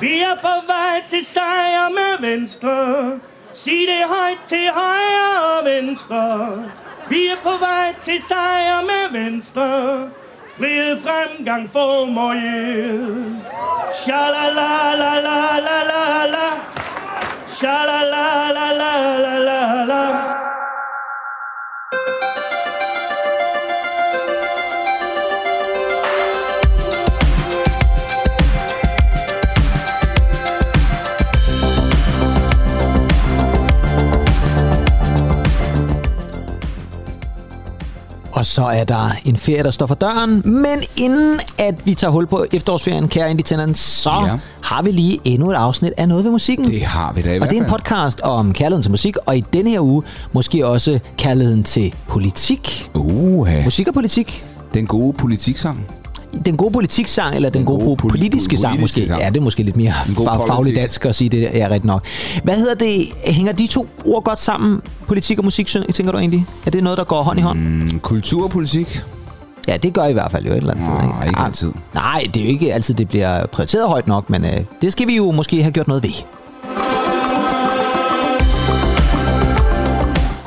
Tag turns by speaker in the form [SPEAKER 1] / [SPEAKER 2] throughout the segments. [SPEAKER 1] Vi er på vej til sejr med venstre. Sig det højt til højre og venstre. Vi er på vej til sejr med venstre. Frihed, fremgang, form og hjælp. Sha-la-la-la-la-la-la-la. Sha-la-la-la-la-la-la-la.
[SPEAKER 2] Og så er der en ferie, der står for døren. Men inden at vi tager hul på efterårsferien, kære Indie Tenants, så ja.
[SPEAKER 3] Ja.
[SPEAKER 2] har vi lige endnu et afsnit af Noget ved musikken.
[SPEAKER 3] Det har vi da i
[SPEAKER 2] Og
[SPEAKER 3] hvert
[SPEAKER 2] det er en
[SPEAKER 3] fald.
[SPEAKER 2] podcast om kærligheden til musik, og i denne her uge måske også kærligheden til politik.
[SPEAKER 3] Uha,
[SPEAKER 2] Musik og politik.
[SPEAKER 3] den gode politiksang.
[SPEAKER 2] Den gode politiksang, eller den, den gode,
[SPEAKER 3] gode
[SPEAKER 2] gode
[SPEAKER 3] poli-
[SPEAKER 2] politiske sang
[SPEAKER 3] politiske
[SPEAKER 2] måske.
[SPEAKER 3] sang.
[SPEAKER 2] Ja, det er måske lidt mere
[SPEAKER 3] god
[SPEAKER 2] fa- fagligt
[SPEAKER 3] politik.
[SPEAKER 2] dansk at sige det der. Ja, rigtigt nok. Hvad hedder det? Hænger de to ord godt sammen? Politik og musik, sy- tænker du egentlig? Er det noget, der går hånd i hånd?
[SPEAKER 3] Mm, kultur og politik.
[SPEAKER 2] Ja, det gør I, i hvert fald jo et eller andet sted.
[SPEAKER 3] Nå, ikke
[SPEAKER 2] Ah,
[SPEAKER 3] altid.
[SPEAKER 2] Nej, det er jo ikke altid, det bliver prioriteret højt nok, men øh, det skal vi jo måske have gjort noget ved.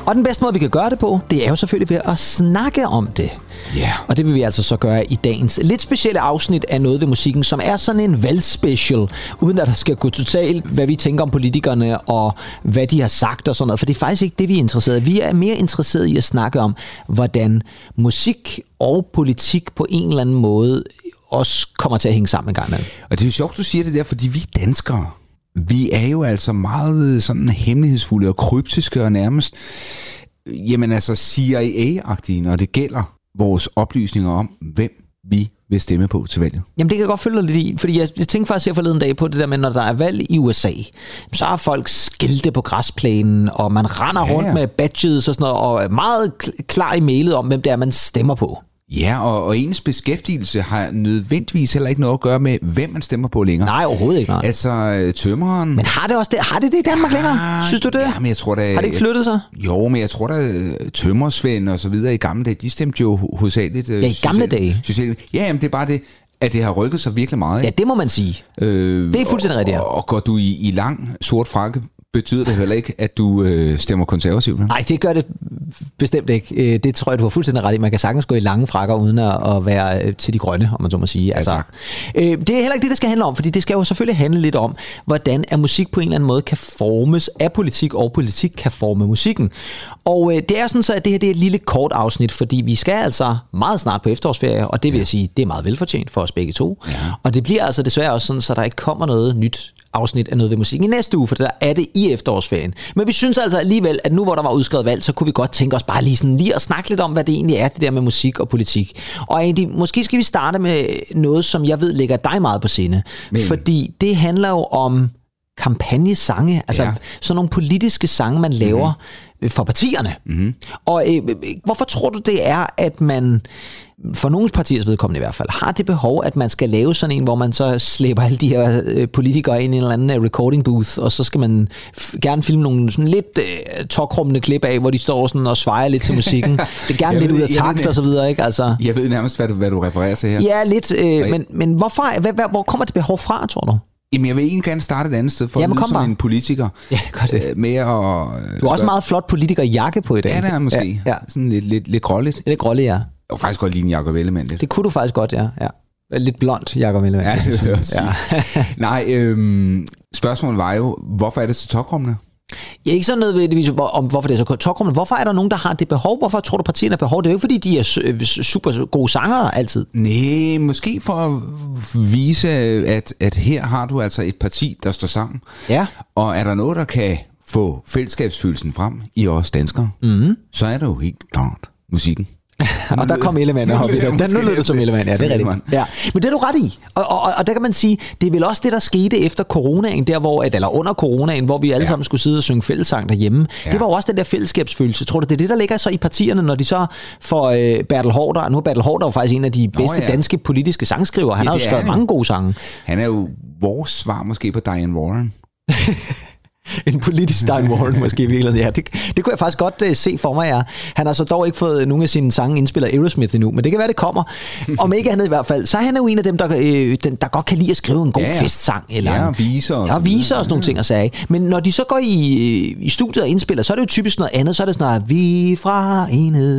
[SPEAKER 2] Og den bedste måde, vi kan gøre det på, det er jo selvfølgelig ved at snakke om det.
[SPEAKER 3] Ja.
[SPEAKER 2] Og det vil vi altså så gøre i dagens lidt specielle afsnit af Noget ved musikken, som er sådan en valgspecial, uden at der skal gå totalt, hvad vi tænker om politikerne og hvad de har sagt og sådan noget. For det er faktisk ikke det, vi er interesseret i. Vi er mere interesseret i at snakke om, hvordan musik og politik på en eller anden måde også kommer til at hænge sammen en gang imellem.
[SPEAKER 3] Og det er jo sjovt, du siger det der, fordi vi danskere, vi er jo altså meget øh, sådan hemmelighedsfulde og kryptiske og nærmest, øh, jamen altså CIA-agtige, når det gælder vores oplysninger om, hvem vi vil stemme på til valget.
[SPEAKER 2] Jamen det kan jeg godt følge dig lidt i, fordi jeg, jeg tænkte faktisk her forleden dag på det der med, når der er valg i USA, så har folk skilte på græsplænen, og man render ja.
[SPEAKER 3] Ja,
[SPEAKER 2] rundt
[SPEAKER 3] ja.
[SPEAKER 2] med badges og sådan noget, og er meget kl- klar i mailet om, hvem det er, man stemmer på.
[SPEAKER 3] Ja, og, og ens beskæftigelse har nødvendigvis heller ikke noget at gøre med, hvem man stemmer på længere.
[SPEAKER 2] Nej, overhovedet ikke. Nej.
[SPEAKER 3] Altså øh, tømreren...
[SPEAKER 2] Men har det også det, har det, det i Danmark længere? Synes du det?
[SPEAKER 3] Ja, men jeg tror da...
[SPEAKER 2] Har det ikke flyttet sig?
[SPEAKER 3] Jo, men jeg tror da, øh, tømmersvend og så videre i gamle dage, de stemte jo ho- hovedsageligt... øh,
[SPEAKER 2] Ja, i gamle dage.
[SPEAKER 3] Social, ja, jamen det er bare det, at det har rykket sig virkelig meget.
[SPEAKER 2] Ja,
[SPEAKER 3] ikke?
[SPEAKER 2] det må man sige.
[SPEAKER 3] øh,
[SPEAKER 2] det er fuldstændig rigtigt, ja.
[SPEAKER 3] Og, og går du i, i lang sort frakke, betyder det heller ikke, at du øh, stemmer konservativt. vel?
[SPEAKER 2] Nej, det gør det bestemt ikke. Øh, Det tror jeg, du har fuldstændig ret i. Man kan sagtens gå i lange frakker, uden at, at være øh, til de grønne, om man så må sige. Altså,
[SPEAKER 3] tak.
[SPEAKER 2] øh, det er heller ikke det, det skal handle om, fordi det skal jo selvfølgelig handle lidt om, hvordan at musik på en eller anden måde kan formes af politik, og politik kan forme musikken. Og øh, det er sådan så, at det her det er et lille kort afsnit, fordi vi skal altså meget snart på efterårsferie, og det vil jeg sige, det er meget velfortjent for os begge to. Ja. Og det bliver altså desværre også sådan, så der ikke kommer noget nyt afsnit af Noget ved Musikken i næste uge, for der er det i efterårsferien. Men vi synes altså alligevel, at nu hvor der var udskrevet valg, så kunne vi godt tænke os bare lige, sådan, lige at snakke lidt om, hvad det egentlig er, det der med musik og politik. Og egentlig, måske skal vi starte med noget, som jeg ved ligger dig meget på sinde. Men. Fordi det handler jo om kampagnesange, altså ja.
[SPEAKER 3] Ja. Mhm.
[SPEAKER 2] sådan nogle politiske sange, man laver mm-hmm. for partierne. Mm-hmm. Og øh, øh, hvorfor tror du, det er, at man for nogle partiers vedkommende i hvert fald, har det behov, at man skal lave sådan en, hvor man så slæber alle de her øh, politikere ind i en eller anden øh, recording booth, og så skal man f- gerne filme nogle sådan lidt øh, tokrummende klip af, hvor de står sådan og svejer lidt til musikken. Det er gerne
[SPEAKER 3] Jeg
[SPEAKER 2] lidt
[SPEAKER 3] ved-
[SPEAKER 2] ud af
[SPEAKER 3] jeg ved
[SPEAKER 2] takt
[SPEAKER 3] det.
[SPEAKER 2] og så videre, ikke? Altså,
[SPEAKER 3] Jeg ved nærmest, hvad du, hvad du refererer til her.
[SPEAKER 2] ja, lidt. Øh, men, men hvorfor, hvad, hvad, hvor kommer det behov fra, tror du?
[SPEAKER 3] Jamen, jeg vil egentlig gerne starte et andet sted, for
[SPEAKER 2] Jamen,
[SPEAKER 3] at lyde
[SPEAKER 2] kom
[SPEAKER 3] som
[SPEAKER 2] bare.
[SPEAKER 3] en politiker.
[SPEAKER 2] Ja, gør det.
[SPEAKER 3] Øh, Med at...
[SPEAKER 2] Du har også en meget flot politikerjakke på i dag.
[SPEAKER 3] Ja, det er måske.
[SPEAKER 2] Ja, ja.
[SPEAKER 3] Sådan lidt, lidt, lidt gråligt.
[SPEAKER 2] Lidt grålig, ja.
[SPEAKER 3] Jeg kunne faktisk godt ligne Jacob Ellemann lidt.
[SPEAKER 2] Det kunne du faktisk godt, ja. ja. Lidt blond, Jacob Ellemann.
[SPEAKER 3] Ja, det vil jeg også
[SPEAKER 2] ja.
[SPEAKER 3] sige. Nej, øhm, spørgsmålet var jo, hvorfor er det så tokrummende?
[SPEAKER 2] ja, ikke så nødvendigvis hvor- om, hvorfor det er så tokrummende. Hvorfor er der nogen, der har det behov? Hvorfor tror du, partierne har behov? Det er jo ikke, fordi de er su- øh, super gode sangere altid.
[SPEAKER 3] Nej, måske for at vise, at, at her har du altså et parti, der står sammen.
[SPEAKER 2] Ja.
[SPEAKER 3] Og er der noget, der kan få fællesskabsfølelsen frem i os danskere,
[SPEAKER 2] Mhm.
[SPEAKER 3] mm. så er det jo helt klart musikken.
[SPEAKER 2] og der kom Ellemann
[SPEAKER 3] Nu
[SPEAKER 2] op i
[SPEAKER 3] lyder jeg
[SPEAKER 2] den. Den- Nu
[SPEAKER 3] måske
[SPEAKER 2] lød det
[SPEAKER 3] lidt-
[SPEAKER 2] som Ellemann, ja, det
[SPEAKER 3] som
[SPEAKER 2] er rigtigt.
[SPEAKER 3] Ellemann.
[SPEAKER 2] Ja. Men det er du ret i. Og, og, og, og der kan man sige, det er vel også det, der skete efter coronaen, der hvor, at, eller under coronaen, hvor vi alle ja.
[SPEAKER 3] Ja.
[SPEAKER 2] sammen skulle sidde og synge fællessang derhjemme. Ja.
[SPEAKER 3] Ja.
[SPEAKER 2] Det var jo også den der fællesskabsfølelse. Tror du, det er det, der ligger så i partierne, når de så får øh, Bertel Hårder, og nu er Bertel Hårder jo faktisk en af de bedste ja.
[SPEAKER 3] ja.
[SPEAKER 2] danske politiske sangskrivere. Han ja,
[SPEAKER 3] Ja,
[SPEAKER 2] har jo
[SPEAKER 3] det er
[SPEAKER 2] skrevet
[SPEAKER 3] han jo.
[SPEAKER 2] mange gode sange.
[SPEAKER 3] Han er jo vores svar måske på Diane Warren.
[SPEAKER 2] En politisk Stein Warren måske i virkeligheden. Ja, det, Det kunne jeg faktisk godt øh, se for mig, ja. Han har så dog ikke fået nogen af sine sange indspillet af Aerosmith endnu, men det kan være, det kommer. Om ikke andet i hvert fald. Så er han jo en af dem, der, øh, den, der godt kan lide at skrive en god
[SPEAKER 3] Ja,
[SPEAKER 2] ja,
[SPEAKER 3] ja.
[SPEAKER 2] festsang. Eller
[SPEAKER 3] Ja,
[SPEAKER 2] en-
[SPEAKER 3] og viser og
[SPEAKER 2] Ja,
[SPEAKER 3] så
[SPEAKER 2] viser og sådan nogle ting og sager. Men når de så går i, øh, i studiet og indspiller, så er det jo typisk noget andet. Så er det sådan noget, vi er fra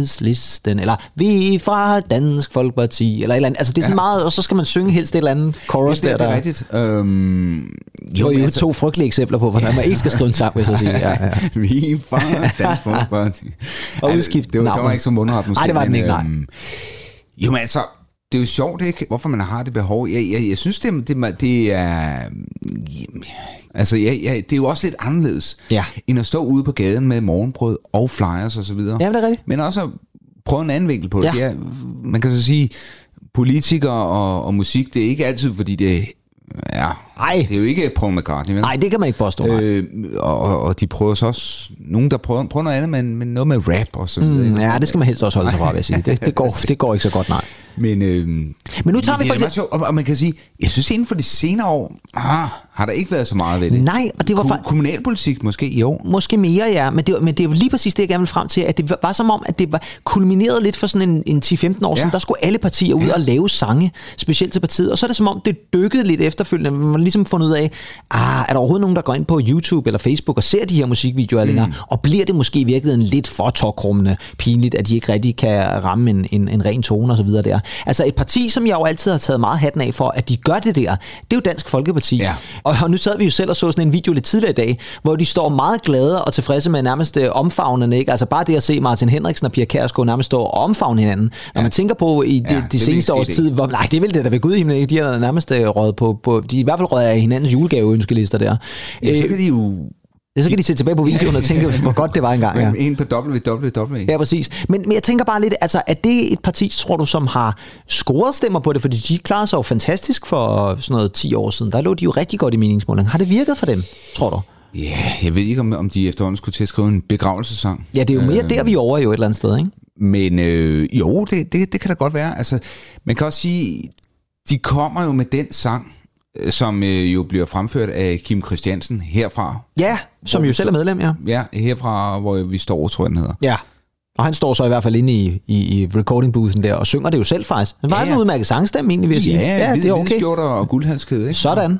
[SPEAKER 2] enhedslisten, eller vi er fra Dansk Folkeparti, eller et eller andet. Altså det er sådan ja. meget, og så skal man synge helst et eller andet chorus
[SPEAKER 3] det, det,
[SPEAKER 2] der,
[SPEAKER 3] det
[SPEAKER 2] der
[SPEAKER 3] er rigtigt. Øhm,
[SPEAKER 2] jo, jo
[SPEAKER 3] altså,
[SPEAKER 2] to frygtelige eksempler på, hvordan man ikke skal skrive en sang, hvis jeg siger. Ja, ja.
[SPEAKER 3] vi er fra Dansk Folkeparti.
[SPEAKER 2] Og
[SPEAKER 3] Altså,
[SPEAKER 2] udskifte
[SPEAKER 3] Det var,
[SPEAKER 2] navnet.
[SPEAKER 3] kommer ikke som mundret, måske.
[SPEAKER 2] Nej, det var den
[SPEAKER 3] men,
[SPEAKER 2] ikke, nej.
[SPEAKER 3] øhm, jo, men altså, det er jo sjovt, ikke? Hvorfor man har det behov. Jeg, jeg, jeg synes, det, er- det, er- det er... Jamen, altså, jeg, jeg, det er jo også lidt anderledes,
[SPEAKER 2] Ja.
[SPEAKER 3] end at stå ude på gaden med morgenbrød og flyers og så videre.
[SPEAKER 2] Jamen, det er rigtigt.
[SPEAKER 3] Men også at prøve en anden vinkel på det.
[SPEAKER 2] Ja.
[SPEAKER 3] Ja. Det er, man kan så sige, politikere og, og musik, det er ikke altid, fordi det Ja,
[SPEAKER 2] Ej.
[SPEAKER 3] det er jo ikke Paul McCartney, vel?
[SPEAKER 2] Nej, det kan man ikke påstå. Øh,
[SPEAKER 3] Øh, og, og- og de prøver så også, nogen der prøver, prøver noget andet, men, men noget med rap og så videre. Mm,
[SPEAKER 2] ja, det skal man helst også holde sig fra, vil jeg sige. Det, det, går, det går ikke så godt, nej.
[SPEAKER 3] Men, øh, men
[SPEAKER 2] Men nu tager vi
[SPEAKER 3] det er
[SPEAKER 2] faktisk-
[SPEAKER 3] meget sjovt, og, og man kan sige, jeg synes inden for de senere år, ah, har der ikke været så meget ved det.
[SPEAKER 2] Nej, og det var
[SPEAKER 3] Ko-
[SPEAKER 2] fa-
[SPEAKER 3] kommunalpolitik måske i år.
[SPEAKER 2] Måske mere, ja, men det, var- men det er jo lige præcis det, jeg gerne vil frem til, at det var, var som om, at det var kulmineret lidt for sådan en, en 10-15 år siden,
[SPEAKER 3] Ja.
[SPEAKER 2] der skulle alle partier ud ja. og lave sange, specielt til partiet, og så er det som om, det dykkede lidt efterfølgende, man har ligesom fundet ud af, ah, er der overhovedet nogen, der går ind på YouTube eller Facebook og ser de her musikvideoer mm. længere, og bliver det måske i virkeligheden lidt for tokrummende pinligt, at de ikke rigtig kan ramme en, en, en ren tone og så videre der. Altså et parti, som jeg jo altid har taget meget hatten af for, at de gør det der, det er jo Dansk Folkeparti.
[SPEAKER 3] Ja.
[SPEAKER 2] Og, og nu sad vi jo selv og så sådan en video lidt tidligere i dag, hvor de står meget glade og tilfredse med nærmest øh, omfavnerne, ikke? Altså bare det at se Martin Henriksen og Pia Kærsgaard nærmest stå og omfavne hinanden. Når ja. man tænker på i de, ja,
[SPEAKER 3] Ja, det
[SPEAKER 2] de
[SPEAKER 3] vil
[SPEAKER 2] seneste
[SPEAKER 3] ikke
[SPEAKER 2] års
[SPEAKER 3] ske,
[SPEAKER 2] tid, hvor, nej, det er vel det, der ved Gud i himlen, ikke? De har da nærmest øh, røget på, på, de er i hvert fald røget af hinandens julegaveønskelister der.
[SPEAKER 3] Jamen,
[SPEAKER 2] Øh,
[SPEAKER 3] så kan de jo
[SPEAKER 2] så kan de se tilbage på videoen og tænke, hvor godt det var engang.
[SPEAKER 3] ja.
[SPEAKER 2] Ja.
[SPEAKER 3] ind på www. Ja.
[SPEAKER 2] Ja, præcis. Men, men jeg tænker bare lidt, altså, er det et parti, tror du, som har scoret stemmer på det? Fordi de klarede sig jo fantastisk for sådan noget 10 år siden. Der lå de jo rigtig godt i meningsmålingen. Har det virket for dem, tror du?
[SPEAKER 3] ja, jeg ved ikke, om, om de efterhånden skulle til at skrive en begravelsesang.
[SPEAKER 2] Ja, det er jo mere øh, der, vi er over jo et eller andet sted, ikke?
[SPEAKER 3] Men øh, jo, det, det, det kan da godt være. Altså, man kan også sige, de kommer jo med den sang, øh, som øh, jo bliver fremført af Kim Christiansen herfra.
[SPEAKER 2] Ja, som jo selv er medlem, ja.
[SPEAKER 3] Ja, herfra, hvor vi står, tror jeg, den hedder.
[SPEAKER 2] Ja. Og han står så i hvert fald inde i, i, i recording boothen der, og synger det jo selv faktisk. Han var
[SPEAKER 3] Ja,
[SPEAKER 2] ja,
[SPEAKER 3] ja.
[SPEAKER 2] ja. en udmærket sangstemme, egentlig, vil jeg sige.
[SPEAKER 3] Ja, ja hvide,
[SPEAKER 2] det er
[SPEAKER 3] hvide
[SPEAKER 2] okay.
[SPEAKER 3] skjorter og guldhalskæde. Ikke?
[SPEAKER 2] Sådan.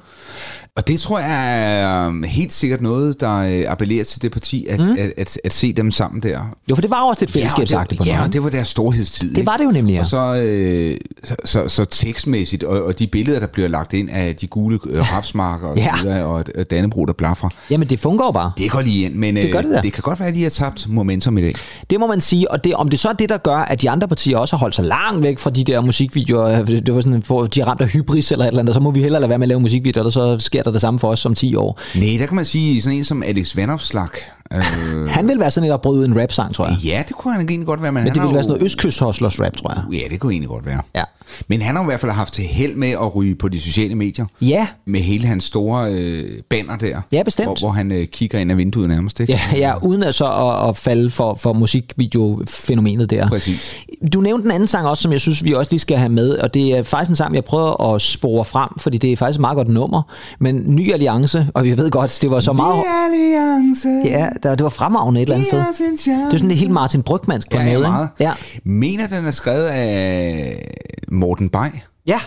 [SPEAKER 3] Og det tror jeg er øhm, helt sikkert noget, der øh, appellerer til det parti, at, mm. at, at, at se dem sammen der.
[SPEAKER 2] Jo, for Mhm. det var også lidt fællesskabsagtigt på en
[SPEAKER 3] ja, og det, ja,
[SPEAKER 2] måde.
[SPEAKER 3] og det var deres storhedstid.
[SPEAKER 2] Det var det jo nemlig, ja.
[SPEAKER 3] Og så, øh, så, så, så tekstmæssigt, og, og de billeder, der bliver lagt ind af de gule øh, rapsmarker og,
[SPEAKER 2] Ja.
[SPEAKER 3] så videre, og, og Dannebro, der blaffer.
[SPEAKER 2] Jamen, det fungerer jo bare.
[SPEAKER 3] Det går lige ind, men øh,
[SPEAKER 2] Det gør det da.
[SPEAKER 3] det kan godt være, at de har tabt momentum i dag.
[SPEAKER 2] Det må man sige, og det, om det så er det, der gør, at de andre partier også har holdt sig langt væk fra de der musikvideoer, øh, det var sådan, hvor de er ramt af hybris eller et eller andet, og så må vi hellere lade være med at lave musikvideoer, og så sker der det samme for os om 10 år.
[SPEAKER 3] Nej, der kan man sige, sådan en som Alex Vandopslag. Øh,
[SPEAKER 2] Han vil være sådan et, der brød ud i en rap-sang, tror jeg.
[SPEAKER 3] ja, det kunne han egentlig godt være, men,
[SPEAKER 2] Men
[SPEAKER 3] han
[SPEAKER 2] det
[SPEAKER 3] har
[SPEAKER 2] ville være sådan
[SPEAKER 3] jo-
[SPEAKER 2] noget østkysthostlers rap, tror jeg.
[SPEAKER 3] Ja, det kunne egentlig godt være.
[SPEAKER 2] Ja.
[SPEAKER 3] Men han har jo i hvert fald haft til held med at ryge på de sociale medier.
[SPEAKER 2] Ja,
[SPEAKER 3] Med hele hans store øh, banner der.
[SPEAKER 2] Ja, bestemt.
[SPEAKER 3] Hvor, hvor han øh, kigger ind ad vinduet nærmest. Ikke?
[SPEAKER 2] ja, ja uden at så at, at falde for, for musikvideofænomenet der.
[SPEAKER 3] Præcis.
[SPEAKER 2] Du nævnte en anden sang også, som jeg synes, vi også lige skal have med, og det er faktisk en sang, jeg prøver at spore frem, fordi det er faktisk et meget godt nummer, men Ny Alliance, og vi ved godt, det var så meget...
[SPEAKER 3] alliance.
[SPEAKER 2] Ja, der, det var fremragende et eller andet sted. Det er sådan helt Martin Brygmansk på
[SPEAKER 3] ja,
[SPEAKER 2] en
[SPEAKER 3] ja,
[SPEAKER 2] måde,
[SPEAKER 3] meget.
[SPEAKER 2] ikke? Ja,
[SPEAKER 3] Mener, den er skrevet af Morten Bay,
[SPEAKER 2] ja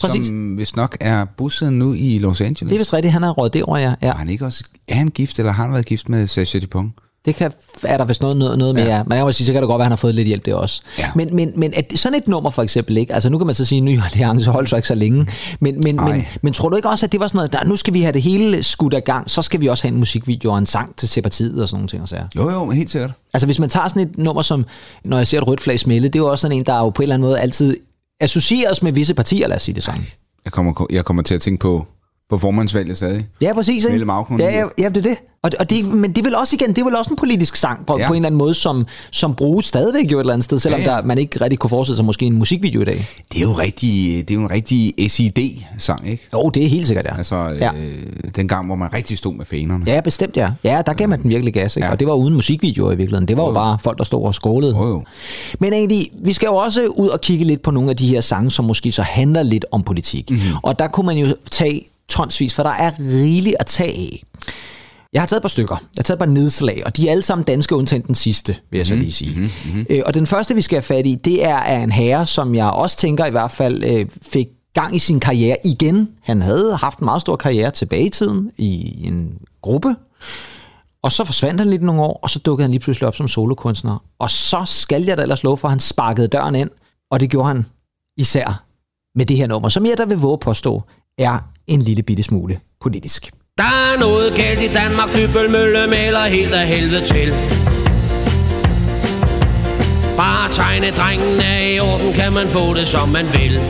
[SPEAKER 2] præcis. Som...
[SPEAKER 3] som hvis nok er busset nu i Los Angeles.
[SPEAKER 2] Det er vist rigtigt, han har råd det over, ja. ja.
[SPEAKER 3] Er han ikke også er han gift, eller har han været gift med Sasha Dupont?
[SPEAKER 2] Det kan, er der vist noget, noget, noget med, ja. Men jeg må sige, så kan det godt være, at han har fået lidt hjælp det også.
[SPEAKER 3] Ja.
[SPEAKER 2] Men, men, men at sådan et nummer for eksempel, ikke? Altså nu kan man så sige, at Ny Alliance holdt så ikke så længe. Men, men,
[SPEAKER 3] Ej.
[SPEAKER 2] men, men tror du ikke også, at det var sådan noget, der, nu skal vi have det hele skudt af gang, så skal vi også have en musikvideo og en sang til, til partiet og sådan nogle ting og sager.
[SPEAKER 3] Jo, jo, helt sikkert.
[SPEAKER 2] Altså hvis man tager sådan et nummer som, når jeg ser et rødt flag smelle, det er jo også sådan en, der jo på en eller anden måde altid associeres med visse partier, lad os sige det sådan.
[SPEAKER 3] Jeg kommer, jeg kommer til at tænke på, på formandsvalget stadig.
[SPEAKER 2] Ja, præcis. Ikke?
[SPEAKER 3] Mette Magnussen.
[SPEAKER 2] ja, ja, ja, det er det. Og, og det, men det er vel også igen, det er vel også en politisk sang på,
[SPEAKER 3] Ja.
[SPEAKER 2] ja. på en eller anden måde, som, som bruges stadigvæk jo et eller andet sted, selvom
[SPEAKER 3] Ja,
[SPEAKER 2] ja,
[SPEAKER 3] ja.
[SPEAKER 2] ja. Der, man ikke rigtig kunne forestille sig måske en musikvideo i dag.
[SPEAKER 3] Det er jo, rigtig, det er jo en rigtig SID-sang, ikke?
[SPEAKER 2] Jo, det er helt sikkert, ja.
[SPEAKER 3] Altså,
[SPEAKER 2] ja.
[SPEAKER 3] øh, den gang, hvor man rigtig stod med fanerne.
[SPEAKER 2] Ja, bestemt ja. Ja, der gav man den virkelig gas, ikke?
[SPEAKER 3] Ja.
[SPEAKER 2] Ja. og det var uden musikvideoer i virkeligheden. Det var jo bare folk, der stod og skålede.
[SPEAKER 3] Jo, jo.
[SPEAKER 2] Men egentlig, vi skal jo også ud og kigge lidt på nogle af de her sange, som måske så handler lidt om
[SPEAKER 3] Mhm.
[SPEAKER 2] politik. Mm-hmm. Og der kunne man jo tage tonsvis, for der er rigeligt at tage af. Jeg har taget et par stykker. Jeg har taget et par nedslag, og de er alle sammen danske, undtagen den sidste, vil jeg så
[SPEAKER 3] Mhm.
[SPEAKER 2] lige sige. Mm-hmm. Øh, og den første, vi skal have fat i, det er af en herre, som jeg også tænker i hvert fald øh, fik gang i sin karriere igen. Han havde haft en meget stor karriere tilbage i tiden i en gruppe, og så forsvandt han lidt nogle år, og så dukkede han lige pludselig op som solokunstner. Og så skal jeg da ellers love for, at han sparkede døren ind, og det gjorde han især med det her nummer, som jeg der vil våge at påstå, er en lille bitte smule politisk.
[SPEAKER 4] Der er noget galt i Danmark, Dybbølmølle maler helt af helvede til. Bare tegne drengen er i orden, kan man få det som man vil.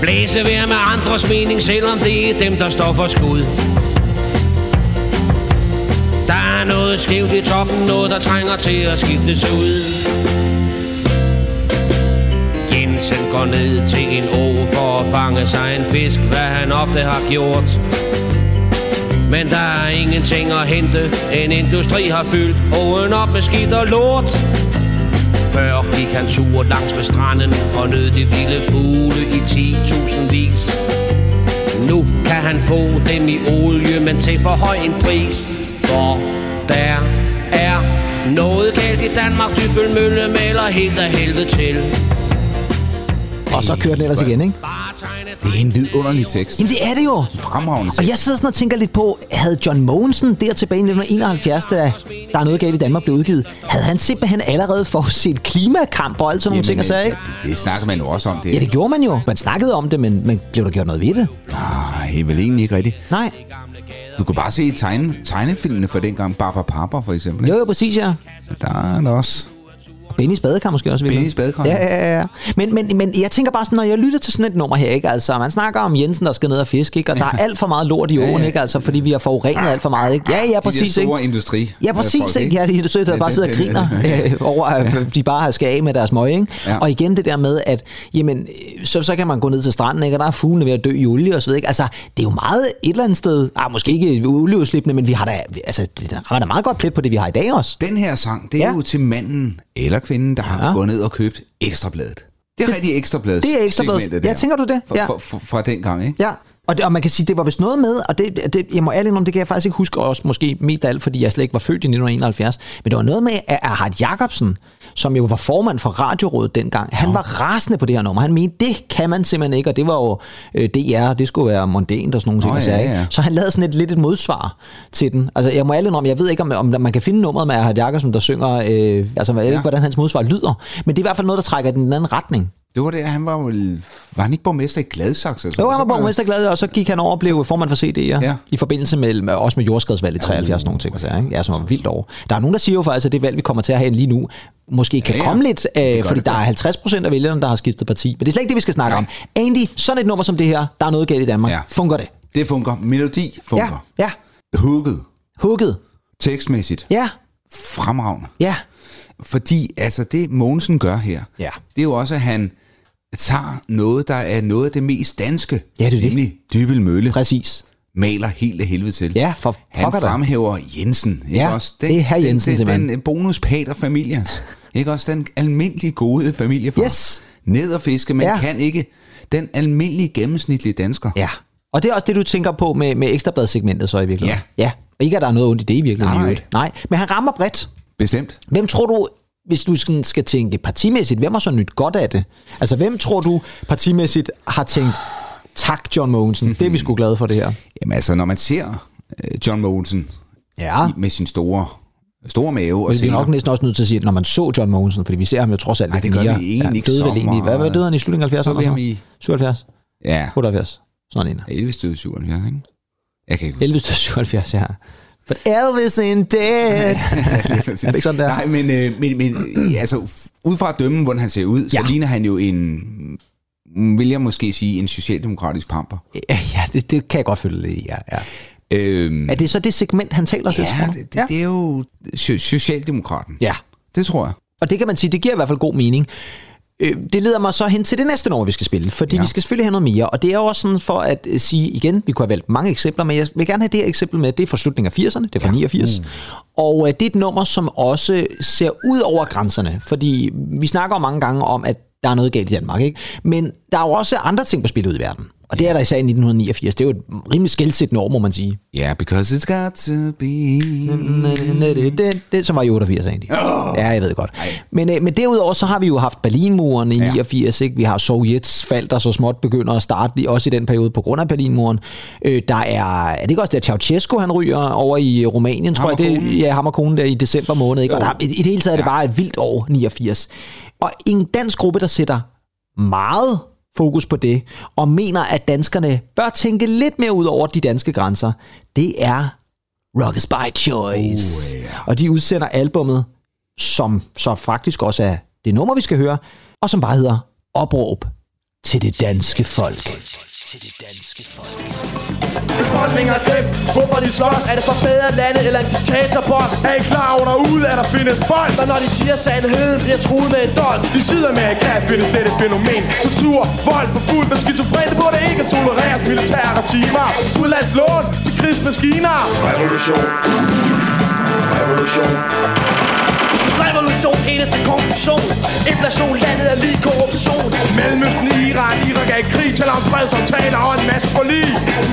[SPEAKER 4] Blæse vær med andres mening, selvom det er dem, der står for skud. Der er noget skævt i toppen, noget der trænger til at skiftes ud. Jensen går ned til en å for at fange sig en fisk, hvad han ofte har gjort. Men der er ingenting at hente, en industri har fyldt åen op med skidt og lort. Før gik han tur langs med stranden og nød de vilde fugle i 10.000 vis. Nu kan han få dem i olie, men til for høj en pris. For der er noget galt i Danmark, Dybbølmølle maler helt af helvede til.
[SPEAKER 2] Og så kørte den ellers igen, ikke?
[SPEAKER 3] Det er en vidunderlig tekst.
[SPEAKER 2] Jamen altså, det er det jo!
[SPEAKER 3] Fremragende
[SPEAKER 2] Og
[SPEAKER 3] tekst.
[SPEAKER 2] jeg sidder sådan og tænker lidt på, havde John Mogensen der tilbage i 1971, da Der er noget galt i Danmark blev udgivet, havde han simpelthen allerede forudset klimakamp og alt sådan nogle ting og sager,
[SPEAKER 3] Jamen, øh,
[SPEAKER 2] ikke?
[SPEAKER 3] Det, det snakker man jo også om. Det.
[SPEAKER 2] Ja, det gjorde man jo. Man snakkede om det, men, men blev der gjort noget ved det?
[SPEAKER 3] Nej, vel egentlig ikke rigtigt.
[SPEAKER 2] Nej.
[SPEAKER 3] Du kan bare se i tegne, tegnefilmene fra dengang. Barbara Papa for eksempel.
[SPEAKER 2] Jo,
[SPEAKER 3] ikke?
[SPEAKER 2] jo, præcis, ja.
[SPEAKER 3] Der er der også.
[SPEAKER 2] Benny's badekar måske også. virkelig.
[SPEAKER 3] Benny's badekar,
[SPEAKER 2] Ja, ja, ja, ja. Men, men, men jeg tænker bare sådan, når jeg lytter til sådan et nummer her, ikke? Altså, man snakker om Jensen, der skal ned og fiske, ikke? Og der er alt for meget lort i åen, ikke? Altså, fordi vi har forurenet alt for meget, ikke? Ja, ja, præcis,
[SPEAKER 3] de der
[SPEAKER 2] ikke?
[SPEAKER 3] store industri.
[SPEAKER 2] Ja, præcis.
[SPEAKER 3] folk,
[SPEAKER 2] Ikke? Ja, de er søde, der bare sidder og griner øh, over, at de bare skal af med deres møg. Ikke?
[SPEAKER 3] Ja.
[SPEAKER 2] Og igen det der med, at jamen, øh, så, så kan man gå ned til stranden, ikke? og der er fuglene ved at dø i olie og så videre. Ikke? Altså, det er jo meget et eller andet sted. Ah, måske ikke olieudslipende, men vi har da, altså, det rammer da meget godt plet på det, vi har i dag også.
[SPEAKER 3] Den her sang, det er
[SPEAKER 2] Ja.
[SPEAKER 3] ja. jo til manden eller kvinden, der har
[SPEAKER 2] Ja.
[SPEAKER 3] ja. gået ned og købt ekstrabladet. Det er rigtig ekstrabladet.
[SPEAKER 2] Det er Ekstra Bladet. Ja, tænker du det? Ja.
[SPEAKER 3] Ja. Fra, fra, fra dengang, ikke?
[SPEAKER 2] Ja. Og, det, og man kan sige, det var vist noget med, og det, det, jeg må ærligt om, det kan jeg faktisk ikke huske, og også måske mest af alt, fordi jeg slet ikke var født i 1971, men det var noget med, at Erhard Jacobsen, som jo var formand for Radiorådet dengang, han var rasende på det her nummer. Han mente, det kan man simpelthen ikke, og det var jo øh, DR, det skulle være mondent og sådan nogle ting.
[SPEAKER 3] Nå,
[SPEAKER 2] og sager,
[SPEAKER 3] ja,
[SPEAKER 2] ikke?
[SPEAKER 3] ja.
[SPEAKER 2] Så han lavede sådan et, lidt et modsvar til den. Altså, jeg må ærligt om, jeg ved ikke, om, om man kan finde nummeret med Erhard Jacobsen, der synger, øh, altså jeg ved ikke, hvordan hans modsvar lyder, men det er i hvert fald noget, der trækker i den anden retning.
[SPEAKER 3] Det var det, han var jo... Var han ikke borgmester i Gladsaxe?
[SPEAKER 2] Jo, han var borgmesterglad, og så gik han over og blev formand for CD, ja. ja.
[SPEAKER 3] Ja.
[SPEAKER 2] I forbindelse med, med- også med jordskredsvalget i 73 og nogle ting, og sager, ikke? Ja, som var vildt over. Der er nogen, der siger jo faktisk, at det valg, vi kommer til at have lige nu, måske kan ja,
[SPEAKER 3] Ja,
[SPEAKER 2] ja.
[SPEAKER 3] ja.
[SPEAKER 2] komme lidt, øh,
[SPEAKER 3] Det gør
[SPEAKER 2] fordi
[SPEAKER 3] det
[SPEAKER 2] der
[SPEAKER 3] da.
[SPEAKER 2] er 50 procent af vælgerne, der har skiftet parti. Men det er slet ikke det, vi skal snakke ja.
[SPEAKER 3] Nej.
[SPEAKER 2] om. Andy, sådan et nummer som det her, der er noget galt i Danmark. Ja.
[SPEAKER 3] Ja.
[SPEAKER 2] Funker det?
[SPEAKER 3] Det fungerer. Melodi
[SPEAKER 2] Ja,
[SPEAKER 3] fungerer.
[SPEAKER 2] ja.
[SPEAKER 3] Ja. Hugget.
[SPEAKER 2] Hugget.
[SPEAKER 3] Tekstmæssigt.
[SPEAKER 2] Ja,
[SPEAKER 3] Fremragende.
[SPEAKER 2] ja.
[SPEAKER 3] Fordi altså det Mogensen gør her,
[SPEAKER 2] Ja.
[SPEAKER 3] det er jo også, at han tager noget, der er noget af det mest danske.
[SPEAKER 2] Ja, det er det.
[SPEAKER 3] Nemlig Dybel Mølle
[SPEAKER 2] Præcis.
[SPEAKER 3] maler helt af helvede til.
[SPEAKER 2] Ja, for
[SPEAKER 3] Han
[SPEAKER 2] pokker da.
[SPEAKER 3] fremhæver Jensen. Ikke
[SPEAKER 2] Ja,
[SPEAKER 3] også?
[SPEAKER 2] det er herr Jensen,
[SPEAKER 3] den, den,
[SPEAKER 2] simpelthen.
[SPEAKER 3] den bonuspater familias. Ikke også den almindelige gode familiefar.
[SPEAKER 2] Yes.
[SPEAKER 3] Ned og fiske, man
[SPEAKER 2] Ja.
[SPEAKER 3] kan ikke. Den almindelige gennemsnitlige dansker.
[SPEAKER 2] Ja. Og det er også det, du tænker på med, med ekstrabladsegmentet så i virkeligheden.
[SPEAKER 3] Ja.
[SPEAKER 2] ja. Og ikke, at der er noget ondt i det i virkeligheden. i
[SPEAKER 3] Nej.
[SPEAKER 2] øvrigt. Nej, men han rammer bredt.
[SPEAKER 3] Bestemt.
[SPEAKER 2] Hvem tror du, hvis du sådan skal tænke partimæssigt, hvem har så nyt godt af det? Altså, hvem tror du partimæssigt har tænkt, tak John Mogensen, det er vi sgu glade for det her.
[SPEAKER 3] Jamen altså, når man ser øh, John Mogensen
[SPEAKER 2] Ja.
[SPEAKER 3] med sin store, store mave. Og
[SPEAKER 2] Men Ah. det er
[SPEAKER 3] sine-
[SPEAKER 2] nok næsten også nødt til at sige, at når man så John Mogensen, fordi vi ser ham jo trods alt
[SPEAKER 3] Nej,
[SPEAKER 2] lidt
[SPEAKER 3] det gør vi
[SPEAKER 2] mere.
[SPEAKER 3] egentlig ikke
[SPEAKER 2] døde
[SPEAKER 3] så
[SPEAKER 2] vel egentlig. Hvad, hvad
[SPEAKER 3] meget.
[SPEAKER 2] døde han i slutningen af 70'erne?
[SPEAKER 3] Så er vi
[SPEAKER 2] eller
[SPEAKER 3] ham
[SPEAKER 2] sådan
[SPEAKER 3] i...
[SPEAKER 2] noget? 77?
[SPEAKER 3] Ja,
[SPEAKER 2] 78? Sådan en.
[SPEAKER 3] Elvis døde i 77, ikke? Jeg kan ikke huske.
[SPEAKER 2] Elvis til 77, ja. But Elvis in dead.
[SPEAKER 3] er
[SPEAKER 2] det ikke sådan, det er?
[SPEAKER 3] Nej, men, øh, men, men øh, altså, ud fra at dømme, hvordan han ser ud, så
[SPEAKER 2] Ja.
[SPEAKER 3] ligner han jo en, mm, vil jeg måske sige, en socialdemokratisk pamper.
[SPEAKER 2] ja, det, det, kan jeg godt følge lidt i, ja, ja.
[SPEAKER 3] Øhm,
[SPEAKER 2] Er det så det segment, han taler til? tror
[SPEAKER 3] ja,
[SPEAKER 2] du?
[SPEAKER 3] det, det, det er jo so- socialdemokraten.
[SPEAKER 2] ja.
[SPEAKER 3] Det tror jeg.
[SPEAKER 2] Og det kan man sige, det giver i hvert fald god mening. Øh, Det leder mig så hen til det næste nummer, vi skal spille, fordi ja.
[SPEAKER 3] Ja.
[SPEAKER 2] vi skal selvfølgelig have noget mere, og det er jo også sådan for at øh, sige igen, vi kunne have valgt mange eksempler, men jeg vil gerne have det her eksempel med, det er fra slutningen af 80'erne, det er fra ja. 89, mm. og øh, det er et nummer, som også ser ud over grænserne, fordi vi snakker jo mange gange om, at der er noget galt i Danmark, ikke? men der er jo også andre ting på spil ud i verden. Og Og det er der især i 1989. Det er jo et rimelig skældsættende år, må man sige.
[SPEAKER 3] Yeah, because it's got to be...
[SPEAKER 2] Mm. Det, det som var i 88, egentlig.
[SPEAKER 3] Åh!
[SPEAKER 2] Ja, jeg ved godt. Men, øh, men derudover så har vi jo haft Berlinmuren i
[SPEAKER 3] Ja.
[SPEAKER 2] 89, ikke? Vi har Sovjets fald, der så småt begynder at starte, i- også i den periode på grund af Berlinmuren. Øh, der er, er det ikke også der Ceausescu, han ryger over i Rumænien, tror jeg? Det,
[SPEAKER 3] Hammerkonen.
[SPEAKER 2] ja, ham og konen der i december måned, ikke? Og
[SPEAKER 3] Jo.
[SPEAKER 2] der, i, i det hele taget er det
[SPEAKER 3] Ja.
[SPEAKER 2] bare et vildt år, 89. Og en dansk gruppe, der sætter meget fokus på det, og mener, at danskerne bør tænke lidt mere ud over de danske grænser, det er Rock is by Choice. Oh, yeah. Og de udsender albummet, som så faktisk også er det nummer, vi skal høre, og som bare hedder Opråb til det danske folk.
[SPEAKER 5] Befolkningen har glemt, hvorfor de slås
[SPEAKER 6] Er det for bedre lande eller en diktatorboss?
[SPEAKER 5] Er I klar under ude, at der findes folk
[SPEAKER 6] Der når de siger sandheden, bliver truet med en don
[SPEAKER 5] De sidder med, at kan findes dette fænomen Tortur, vold, forfulgt og skizofrene Burde ikke tolereres militære regimer Udlandslån til krigsmaskiner Revolution Revolution
[SPEAKER 6] Revolution, eneste konklusion Inflation, landet er lige korruption
[SPEAKER 5] Mellemøsten, Iran, Irak er i krig Taler om fred, som taler og en masse forlig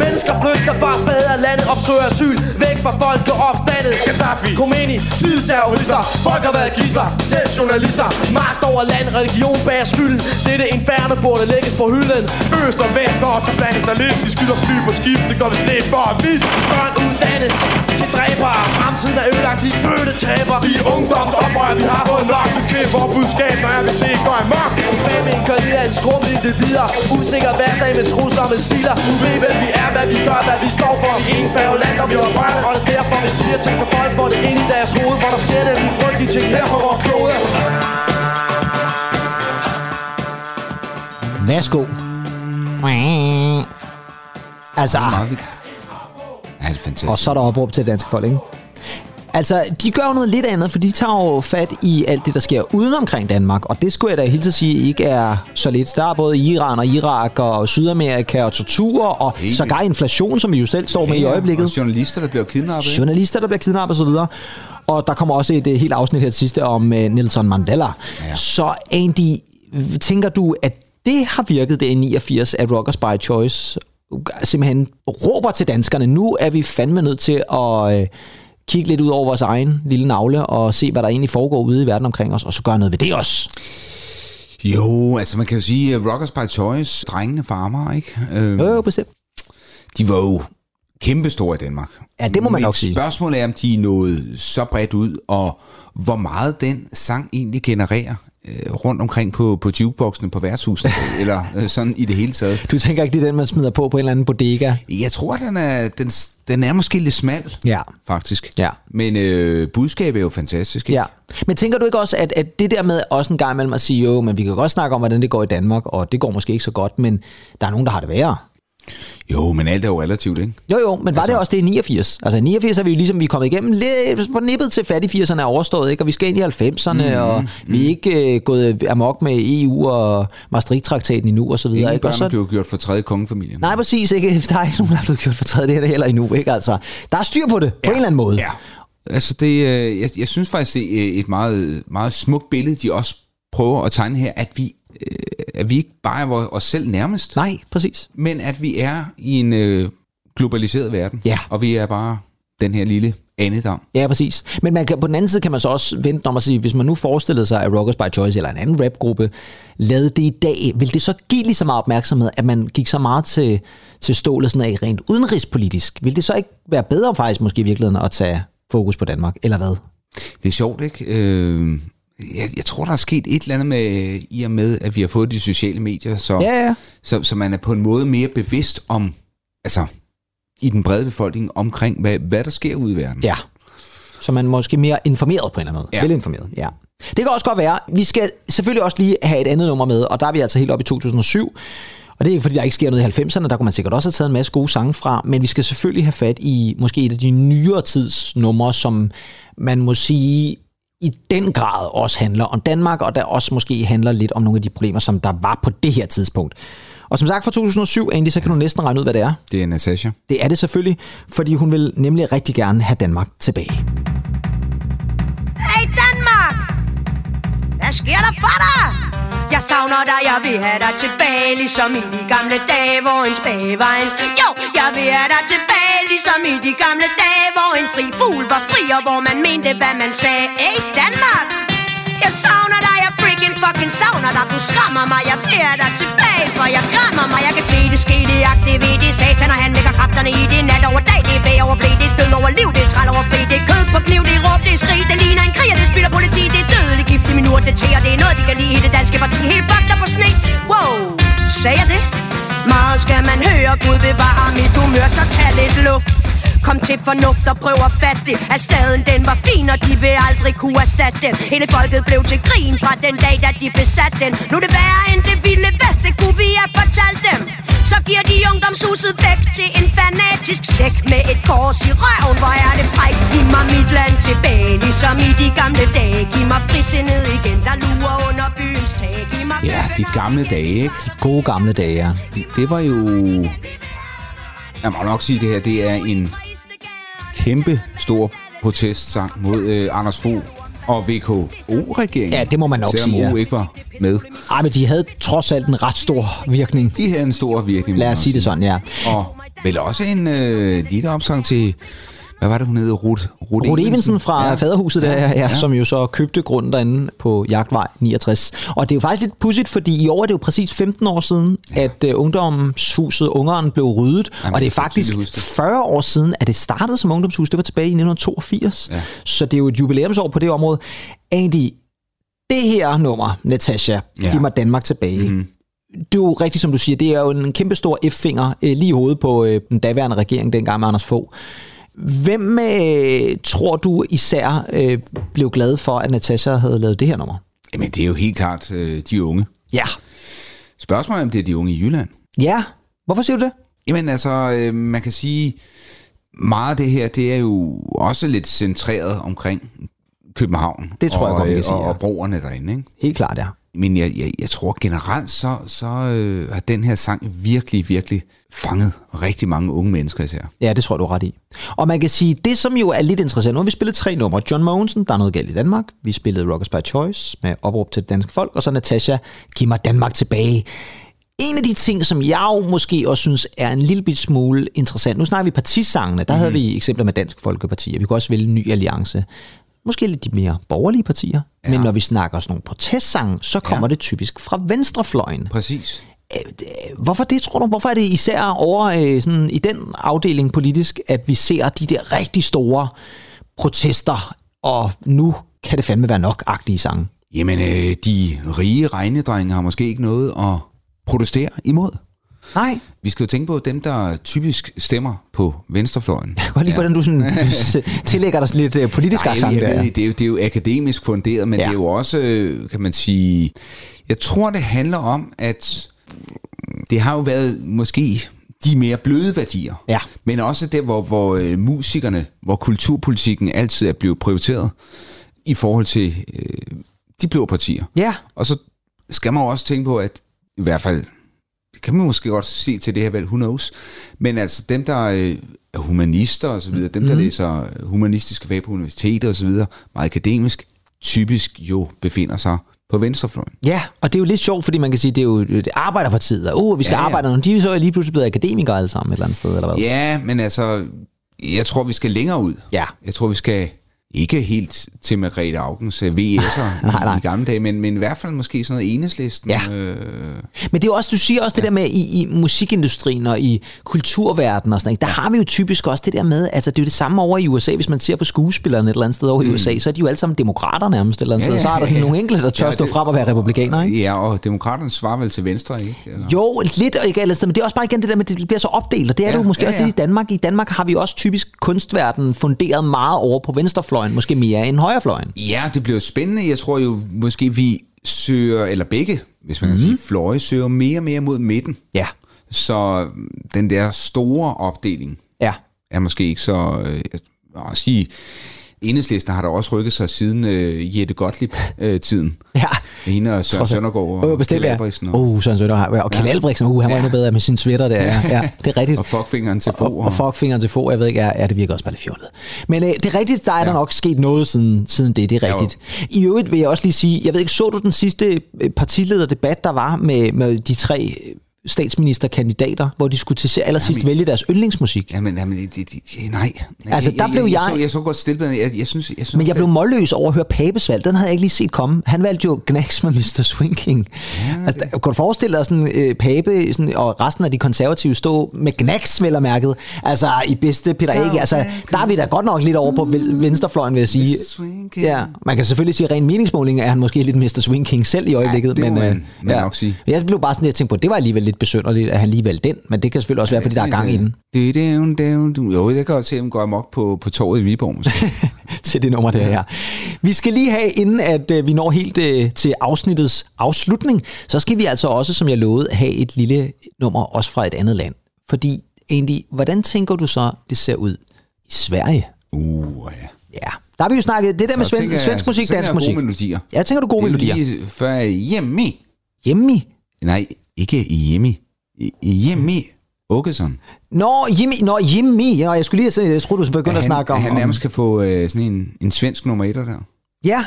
[SPEAKER 6] Mennesker flygter fra bedre landet, opsøger asyl Væk fra folk og opstandet
[SPEAKER 5] Gaddafi,
[SPEAKER 6] Khomeini, tidsterrorister Folk har været gisler, selv journalister Magt over land, religion bag skylden Dette inferno burde lægges på hylden
[SPEAKER 5] øst og vest Og så blandes sig lidt De skyder fly på skib Det går vist lidt for vidt
[SPEAKER 6] Børn uddannes til dræbere Fremtiden er ødelagt, de fødte taber
[SPEAKER 5] De ungdomsoprør, vi har fået nok til Vores budskab, når jeg vil se, går i mørk
[SPEAKER 6] Hvem inkarnerer en skrum individer Usikker hverdag med trusler og missiler Du ved hvem vi er, hvad vi gør, hvad vi står for Vi er ingen færgeland, og vi har børn Og det er derfor vi siger ting for folk Hvor det ind i deres hoved, hvor der sker nemlig frygtelige ting her på vores klode
[SPEAKER 2] Værsgo. Altså,
[SPEAKER 3] Meget vildt. Ja, det er fantastisk.
[SPEAKER 2] og så er der opråb til det danske folk, ikke? Altså, de gør jo noget lidt andet, for de tager jo fat i alt det, der sker uden omkring Danmark. Og det skulle jeg da helt at sige ikke er så lidt. Der er både Iran og Irak og Sydamerika og tortur og
[SPEAKER 3] Helt
[SPEAKER 2] sågar inflation, som vi jo selv står med i
[SPEAKER 3] Ja,
[SPEAKER 2] øjeblikket.
[SPEAKER 3] Og journalister, der bliver kidnappet. ikke?
[SPEAKER 2] journalister, der bliver kidnappet osv. Og der kommer også et øh, helt afsnit her til sidste om øh, Nelson Mandela. Ja. Så Andy, tænker du, at det har virket, det i 89, at Rockers by Choice øh, simpelthen råber til danskerne, nu er vi fandme nødt til at øh, kigge lidt ud over vores egen lille navle og se, hvad der egentlig foregår ude i verden omkring os, og så gøre noget ved det også.
[SPEAKER 3] Jo, altså man kan jo sige, at Rockers by Choice, drengene fra Amager, ikke? Øh,
[SPEAKER 2] Jo, jo, bestemt.
[SPEAKER 3] de var jo kæmpestore i Danmark.
[SPEAKER 2] Ja, det må man
[SPEAKER 3] Men
[SPEAKER 2] nok sige.
[SPEAKER 3] spørgsmålet er, om de nåede så bredt ud, og hvor meget den sang egentlig genererer øh, rundt omkring på, på jukeboxene på værtshusene, eller øh, sådan i det hele taget.
[SPEAKER 2] Du tænker ikke, det er den, man smider på på en eller anden bodega?
[SPEAKER 3] Jeg tror, den er, den, den er måske lidt smal,
[SPEAKER 2] Ja.
[SPEAKER 3] faktisk.
[SPEAKER 2] Ja.
[SPEAKER 3] Men øh, budskabet er jo fantastisk, ikke?
[SPEAKER 2] Ja. Men tænker du ikke også, at, at det der med også en gang imellem at sige, jo, men vi kan godt snakke om, hvordan det går i Danmark, og det går måske ikke så godt, men der er nogen, der har det værre.
[SPEAKER 3] Jo, men alt er jo relativt, ikke?
[SPEAKER 2] Jo, jo, men var det også det i 89? Altså i 89 er vi jo ligesom, vi er kommet igennem lidt øh, på nippet til fattig 80'erne er overstået, ikke? og vi skal ind i 90'erne, mm, og vi er ikke øh, gået amok med EU og Maastricht-traktaten endnu, og så videre.
[SPEAKER 3] Ingen
[SPEAKER 2] Ikke? Og
[SPEAKER 3] børn
[SPEAKER 2] så,
[SPEAKER 3] blev gjort for tredje kongefamilien.
[SPEAKER 2] Nej, præcis ikke. Der er ikke nogen, der er blevet kørt for tredje, det er der heller endnu, ikke? Altså, der er styr på det, ja. på en eller anden måde.
[SPEAKER 3] Ja. Altså, det, øh, jeg, jeg synes faktisk, det er et meget, meget smukt billede, de også prøver at tegne her, at vi, øh, at vi ikke bare er vor- os selv nærmest,
[SPEAKER 2] Nej, præcis.
[SPEAKER 3] men at vi er i en øh, globaliseret verden,
[SPEAKER 2] Ja.
[SPEAKER 3] og vi er bare den her lille andedam.
[SPEAKER 2] Ja, præcis. Men man kan, på den anden side kan man så også vente om at sige, hvis man nu forestillede sig, at Rockers by Choice eller en anden rapgruppe lavede det i dag, vil det så give lige så meget opmærksomhed, at man gik så meget til, til stålet sådan af rent udenrigspolitisk? Vil det så ikke være bedre faktisk måske i virkeligheden at tage fokus på Danmark, eller hvad?
[SPEAKER 3] Det er sjovt, ikke? Øh, jeg, jeg tror, der er sket et eller andet med, i og med, at vi har fået de sociale medier, så,
[SPEAKER 2] Ja, ja.
[SPEAKER 3] så, så man er på en måde mere bevidst om, altså i den brede befolkning, omkring, hvad, hvad der sker ude i verden.
[SPEAKER 2] Ja. Så man er måske mere informeret på en eller anden måde. Ja.
[SPEAKER 3] Ja.
[SPEAKER 2] Velinformeret, ja. Det kan også godt være. Vi skal selvfølgelig også lige have et andet nummer med, og der er vi altså helt oppe i 2007. Og det er ikke fordi, der ikke sker noget i 90'erne, der kunne man sikkert også have taget en masse gode sange fra, men vi skal selvfølgelig have fat i måske et af de nyere tids numre, som man må sige i den grad også handler om Danmark, og der også måske handler lidt om nogle af de problemer, som der var på det her tidspunkt. Og som sagt fra 2007, Andy, så kan du næsten regne ud, hvad det er.
[SPEAKER 3] Det er Natasha.
[SPEAKER 2] Det er det selvfølgelig, fordi hun vil nemlig rigtig gerne have Danmark tilbage.
[SPEAKER 7] Hey Danmark! Hvad sker der for dig? Jeg Jeg savner dig, jeg vil have dig tilbage Ligesom i de gamle dage, hvor en spage var en s- Jo, jeg vil have dig tilbage Ligesom i de gamle dage, hvor en fri fugl var fri Og hvor man mente, hvad man sagde Ey, Danmark! Jeg savner dig, jeg freaking fucking savner dig Du skræmmer mig, jeg bliver dig tilbage For jeg græmmer mig, jeg kan se det ske Det aktive, det satan, og han lægger kræfterne i det Nat over dag, det er bag over blæ Det er død over liv, det er træl over fri Det er kød på kniv, det er råb, det er skrig Det ligner en krig, og det spiller politi Det er dødelig gift i min urteter Det er noget, de kan lide i det danske parti Helt fucked op på sne Wow, sagde jeg det? Meget skal man høre, Gud bevare mit humør Så tag lidt luft Kom til fornuft og prøv at fatte det At staden den var fin, og de vil aldrig kunne erstatte den Hele folket blev til grin fra den dag, da de besatte den Nu er det værre end det vilde vest, det kunne vi have fortalt dem Så giver de ungdomshuset væk til en fanatisk sæk Med et kors i røven, hvor er det fræk Giv mig mit land tilbage, ligesom i de gamle dage Giv mig frisindet igen, der lurer under byens tag Giv mig
[SPEAKER 3] Ja, de gamle dage, ikke?
[SPEAKER 2] Gode gamle dage, ja.
[SPEAKER 3] Det var jo... Jeg må nok sige, det her det er en kæmpe stor protestsang mod øh, Anders Fogh og VKO-regeringen.
[SPEAKER 2] Ja, det må man nok
[SPEAKER 3] Selvom
[SPEAKER 2] sige, ja.
[SPEAKER 3] Selvom ikke var med.
[SPEAKER 2] Ej, men de havde trods alt en ret stor virkning.
[SPEAKER 3] De havde en stor virkning. må
[SPEAKER 2] Lad
[SPEAKER 3] man
[SPEAKER 2] os sige det sådan, ja.
[SPEAKER 3] Og vel også en øh, lille opsang til... Hvad var det, hun hed? Ruth, Ruth,
[SPEAKER 2] Rode Evensen fra ja. Faderhuset, der, ja, ja, ja. som jo så købte grunden derinde på Jagtvej 69. Og det er jo faktisk lidt pudsigt, fordi i år er det jo præcis 15 år siden, ja. at uh, ungdomshuset Ungeren blev ryddet.
[SPEAKER 3] Jamen,
[SPEAKER 2] Jamen, og det er
[SPEAKER 3] jeg kan
[SPEAKER 2] faktisk
[SPEAKER 3] tydeligt huske det.
[SPEAKER 2] 40 år siden, at det startede som ungdomshus. Det var tilbage i 1982. Ja. Så det er jo et jubilæumsår på det område. Andy, det her nummer, Natasha,
[SPEAKER 3] Ja.
[SPEAKER 2] ja. giv mig Danmark tilbage. Mm. Det er jo rigtigt, som du siger. Det er jo en kæmpe stor F-finger øh, lige i hovedet på øh, den daværende regering dengang med Anders Fogh. Hvem øh, tror du især øh, blev glad for, at Natasha havde lavet det her nummer?
[SPEAKER 3] Jamen, det er jo helt klart øh, de unge.
[SPEAKER 2] Ja.
[SPEAKER 3] Spørgsmålet er, om det er de unge i Jylland.
[SPEAKER 2] Ja? Hvorfor siger du det?
[SPEAKER 3] Jamen altså, øh, man kan sige, meget af det her, det er jo også lidt centreret omkring København.
[SPEAKER 2] Det tror jeg
[SPEAKER 3] og,
[SPEAKER 2] godt, vi kan
[SPEAKER 3] øh,
[SPEAKER 2] sige,
[SPEAKER 3] Og,
[SPEAKER 2] ja.
[SPEAKER 3] og broerne derinde, ikke?
[SPEAKER 2] Helt klart, ja.
[SPEAKER 3] Men jeg, jeg, jeg tror generelt, så, så øh, har den her sang virkelig, virkelig fanget rigtig mange unge mennesker især.
[SPEAKER 2] Ja, det tror jeg, du er ret i. Og man kan sige, det som jo er lidt interessant, nu har vi spillet tre numre. John Mogensen, Der er noget galt i Danmark. Vi spillede Rockers by Choice med opråb til det danske folk. Og så Natasha, Giv mig Danmark tilbage. En af de ting, som jeg jo måske også synes er en lille bit smule interessant. Nu snakker vi partisangene. Der mm-hmm. havde vi eksempler med Dansk Folkeparti, og vi kunne også vælge en ny alliance. Måske lidt de mere borgerlige partier. Ja. Men når vi snakker sådan nogle protestsange, så kommer ja. det typisk fra venstrefløjen.
[SPEAKER 3] Præcis.
[SPEAKER 2] Hvorfor det, tror du? Hvorfor er det især over øh, sådan, i den afdeling politisk, at vi ser de der rigtig store protester, og nu kan det fandme være nok-agtige sange?
[SPEAKER 3] Jamen, øh, de rige regnedrenge har måske ikke noget at protestere imod.
[SPEAKER 2] Nej.
[SPEAKER 3] Vi skal jo tænke på dem, der typisk stemmer på venstrefløjen.
[SPEAKER 2] Jeg kan godt lide, hvordan du sådan, s- tillægger dig sådan lidt øh, politisk
[SPEAKER 3] Nej,
[SPEAKER 2] accent
[SPEAKER 3] jeg, jeg
[SPEAKER 2] der.
[SPEAKER 3] ved, det, er jo, det er jo akademisk funderet, men ja.
[SPEAKER 2] Ja.
[SPEAKER 3] det er jo også, øh, kan man sige... Jeg tror, det handler om, at det har jo været måske de mere bløde værdier,
[SPEAKER 2] Ja.
[SPEAKER 3] men også der, hvor, hvor øh, musikerne, hvor kulturpolitikken altid er blevet prioriteret i forhold til øh, de blå partier.
[SPEAKER 2] Ja.
[SPEAKER 3] Og så skal man jo også tænke på, at i hvert fald, det kan man måske godt se til det her valg, who knows, men altså dem, der øh, er humanister og så videre, dem, der læser humanistiske fag på universitetet og så videre, meget akademisk, typisk jo befinder sig på venstrefløjen.
[SPEAKER 2] Ja, og det er jo lidt sjovt, fordi man kan sige, det er jo øh, det er Arbejderpartiet, og uh, vi skal
[SPEAKER 3] Ja,
[SPEAKER 2] ja,
[SPEAKER 3] ja.
[SPEAKER 2] ja. arbejde, og de er så lige pludselig blevet akademikere alle sammen et eller andet sted, eller hvad?
[SPEAKER 3] Ja, men altså, jeg tror, vi skal længere ud.
[SPEAKER 2] Ja.
[SPEAKER 3] Jeg tror, vi skal ikke helt til Margrethe Augens øh, VS'er nej, nej. i gamle dage, men, men i hvert fald måske sådan noget enhedslisten.
[SPEAKER 2] Ja.
[SPEAKER 3] Øh,
[SPEAKER 2] Men det er jo også, du siger også det der med i, i musikindustrien og i kulturverdenen og sådan noget. Der har vi jo typisk også det der med, altså det er jo det samme over i USA, hvis man ser på skuespillerne et eller andet sted over i USA, så er de jo alle sammen demokrater nærmest et eller andet
[SPEAKER 3] Mm. Ja,
[SPEAKER 2] sted. Så
[SPEAKER 3] ja,
[SPEAKER 2] er der
[SPEAKER 3] ja, ja.
[SPEAKER 2] nogle enkelte, der tør
[SPEAKER 3] Ja,
[SPEAKER 2] stå
[SPEAKER 3] det-
[SPEAKER 2] frem og være republikanere, ikke?
[SPEAKER 3] ja, og demokraterne svarer vel til venstre, ikke? Eller?
[SPEAKER 2] Jo, lidt og ikke alle steder, men det er også bare igen det der med, at det bliver så opdelt, og det er
[SPEAKER 3] Ja,
[SPEAKER 2] det jo måske
[SPEAKER 3] ja,
[SPEAKER 2] også lidt
[SPEAKER 3] ja.
[SPEAKER 2] i Danmark. I Danmark har vi også typisk kunstverdenen funderet meget over på venstrefløjen, måske mere end højrefløjen.
[SPEAKER 3] Ja, det bliver jo spændende. Jeg tror jo, måske vi søger, eller begge, hvis man kan sige, fløje søger mere og mere mod midten.
[SPEAKER 2] Mhm. Ja.
[SPEAKER 3] Så den der store opdeling
[SPEAKER 2] Ja.
[SPEAKER 3] er måske ikke så... Øh, jeg vil også sige, Enhedslisten har da også rykket sig siden øh, Jette Gottlieb-tiden.
[SPEAKER 2] Ja.
[SPEAKER 3] Hende og Søren
[SPEAKER 2] Trods alt.
[SPEAKER 3] Søndergaard og
[SPEAKER 2] Åh, bestemt,
[SPEAKER 3] Kjeld
[SPEAKER 2] ja.
[SPEAKER 3] Albrechtsen og-
[SPEAKER 2] Uh, Søren Søndergaard. ja, Og Kjell Albrechtsen, uh, han var
[SPEAKER 3] Ja.
[SPEAKER 2] endnu bedre med sin sweater der. Ja, ja det er rigtigt.
[SPEAKER 3] Og fuckfingeren til
[SPEAKER 2] og,
[SPEAKER 3] få.
[SPEAKER 2] og fuckfingeren til få, jeg ved ikke, ja, ja, det virker også bare lidt fjollet. Men øh, det er rigtigt, der er ja. der nok sket noget siden, siden det, det er
[SPEAKER 3] Ja,
[SPEAKER 2] rigtigt. I øvrigt vil jeg også lige sige, jeg ved ikke, så du den sidste øh, partilederdebat, der var med, med de tre øh, statsministerkandidater, hvor de skulle til allersidst
[SPEAKER 3] Jamen-
[SPEAKER 2] vælge deres yndlingsmusik?
[SPEAKER 3] Jamen, jamen det, det, det, nej. nej.
[SPEAKER 2] Altså, der
[SPEAKER 3] jeg,
[SPEAKER 2] blev
[SPEAKER 3] jeg...
[SPEAKER 2] jeg-
[SPEAKER 3] Jeg, så, jeg så godt stille, men jeg, jeg synes... Jeg synes
[SPEAKER 2] Men jeg blev
[SPEAKER 3] det-
[SPEAKER 2] målløs over at høre Papes valg. Den havde jeg ikke lige set komme. Han valgte jo Gnax med Mr. Swinking. Ja, altså, det... Kunne du forestille dig sådan, øh, Pape sådan, og resten af de konservative stå med Gnax, vel og mærket? Altså, i bedste Peter Ikke. Altså, der er vi da godt nok lidt over på vel- venstrefløjen, vil jeg sige.
[SPEAKER 3] Mr. Swinking.
[SPEAKER 2] Ja, man kan selvfølgelig sige, at ren meningsmåling er han måske lidt Mr. Swinking selv i øjeblikket.
[SPEAKER 3] det må
[SPEAKER 2] men, øh,
[SPEAKER 3] man- man nok sige.
[SPEAKER 2] Jeg blev bare sådan, jeg tænkte på, at det var alligevel lidt besynderligt, at han lige valgte den. Men det kan selvfølgelig også være, fordi der er gang i den
[SPEAKER 3] Det, det er jo, det er jo, du- jo, jeg kan godt se, at de går amok på, på toget i Viborg. Måske.
[SPEAKER 2] til det nummer der her. Vi skal lige have, inden at øh, vi når helt øh, til afsnittets afslutning, så skal vi altså også, som jeg lovede, have et lille nummer også fra et andet land. Fordi, Andy, hvordan tænker du så, det ser ud i Sverige?
[SPEAKER 3] uh, ja.
[SPEAKER 2] Ja, der har vi jo snakket det der så med
[SPEAKER 3] Så tænker
[SPEAKER 2] sven-
[SPEAKER 3] jeg-
[SPEAKER 2] svensk musik,
[SPEAKER 3] så tænker
[SPEAKER 2] dansk
[SPEAKER 3] jeg gode
[SPEAKER 2] musik.
[SPEAKER 3] melodier.
[SPEAKER 2] Ja, tænker du gode
[SPEAKER 3] Det er
[SPEAKER 2] melodier?
[SPEAKER 3] jo lige før jeg er hjemme.
[SPEAKER 2] Hjemme i
[SPEAKER 3] Nej, ikke i hjemme. I, i hjemme. Åkesson.
[SPEAKER 2] Nå, Jimmy, nå, Jimmy. Nå, jeg skulle lige se, jeg troede, du begyndte at
[SPEAKER 3] han,
[SPEAKER 2] snakke om...
[SPEAKER 3] han
[SPEAKER 2] om-
[SPEAKER 3] nærmest kan få øh, sådan en, en svensk nummer etter der.
[SPEAKER 2] Ja,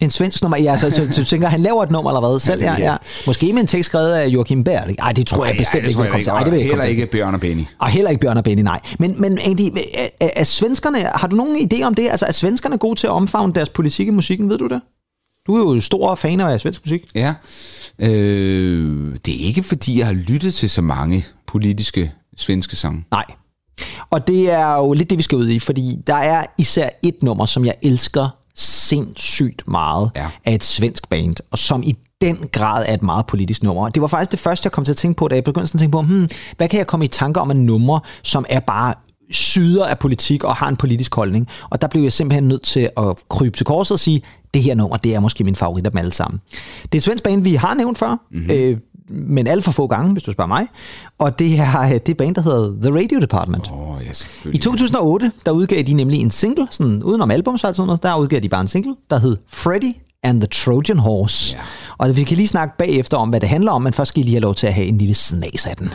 [SPEAKER 2] en svensk nummer. Ja, så du, du tænker, han laver et nummer eller hvad? Selv, ja, ja. Måske med en tekst skrevet af Joachim Bær. Nej, det tror jeg bestemt ikke,
[SPEAKER 3] tror
[SPEAKER 2] han kommer til. Ej,
[SPEAKER 3] og
[SPEAKER 2] det vil jeg
[SPEAKER 3] heller
[SPEAKER 2] komme til.
[SPEAKER 3] ikke Bjørn og Benny.
[SPEAKER 2] Og heller ikke Bjørn og Benny, nej. Men, men Andy, er, er, er svenskerne, har du nogen idé om det? Altså, er svenskerne gode til at omfavne deres politik i musikken? Ved du det? Du er jo stor fan af svensk musik.
[SPEAKER 3] Ja. Øh, det er ikke, fordi jeg har lyttet til så mange politiske svenske sange.
[SPEAKER 2] Nej. Og det er jo lidt det, vi skal ud i, fordi der er især et nummer, som jeg elsker sindssygt meget
[SPEAKER 3] Ja.
[SPEAKER 2] af et svensk band, og som i den grad er et meget politisk nummer. Det var faktisk det første, jeg kom til at tænke på, da jeg begyndte sådan at tænke på, hmm, hvad kan jeg komme i tanker om af numre, som er bare syder af politik og har en politisk holdning. Og der blev jeg simpelthen nødt til at krybe til korset og sige, det her nummer, det er måske min favorit af dem alle sammen. Det er et svensk band, vi har nævnt før, mm-hmm. øh, men alt for få gange, hvis du spørger mig. Og det er øh, det band, der hedder The Radio Department.
[SPEAKER 3] Åh, oh, ja,
[SPEAKER 2] I
[SPEAKER 3] selvfølgelig.
[SPEAKER 2] 2008, der udgav de nemlig en single, sådan udenom album, så sådan noget, der udgav de bare en single, der hed Freddy and the Trojan Horse. Ja. Og vi kan lige snakke bagefter om, hvad det handler om, men først skal I lige have lov til at have en lille snas af den.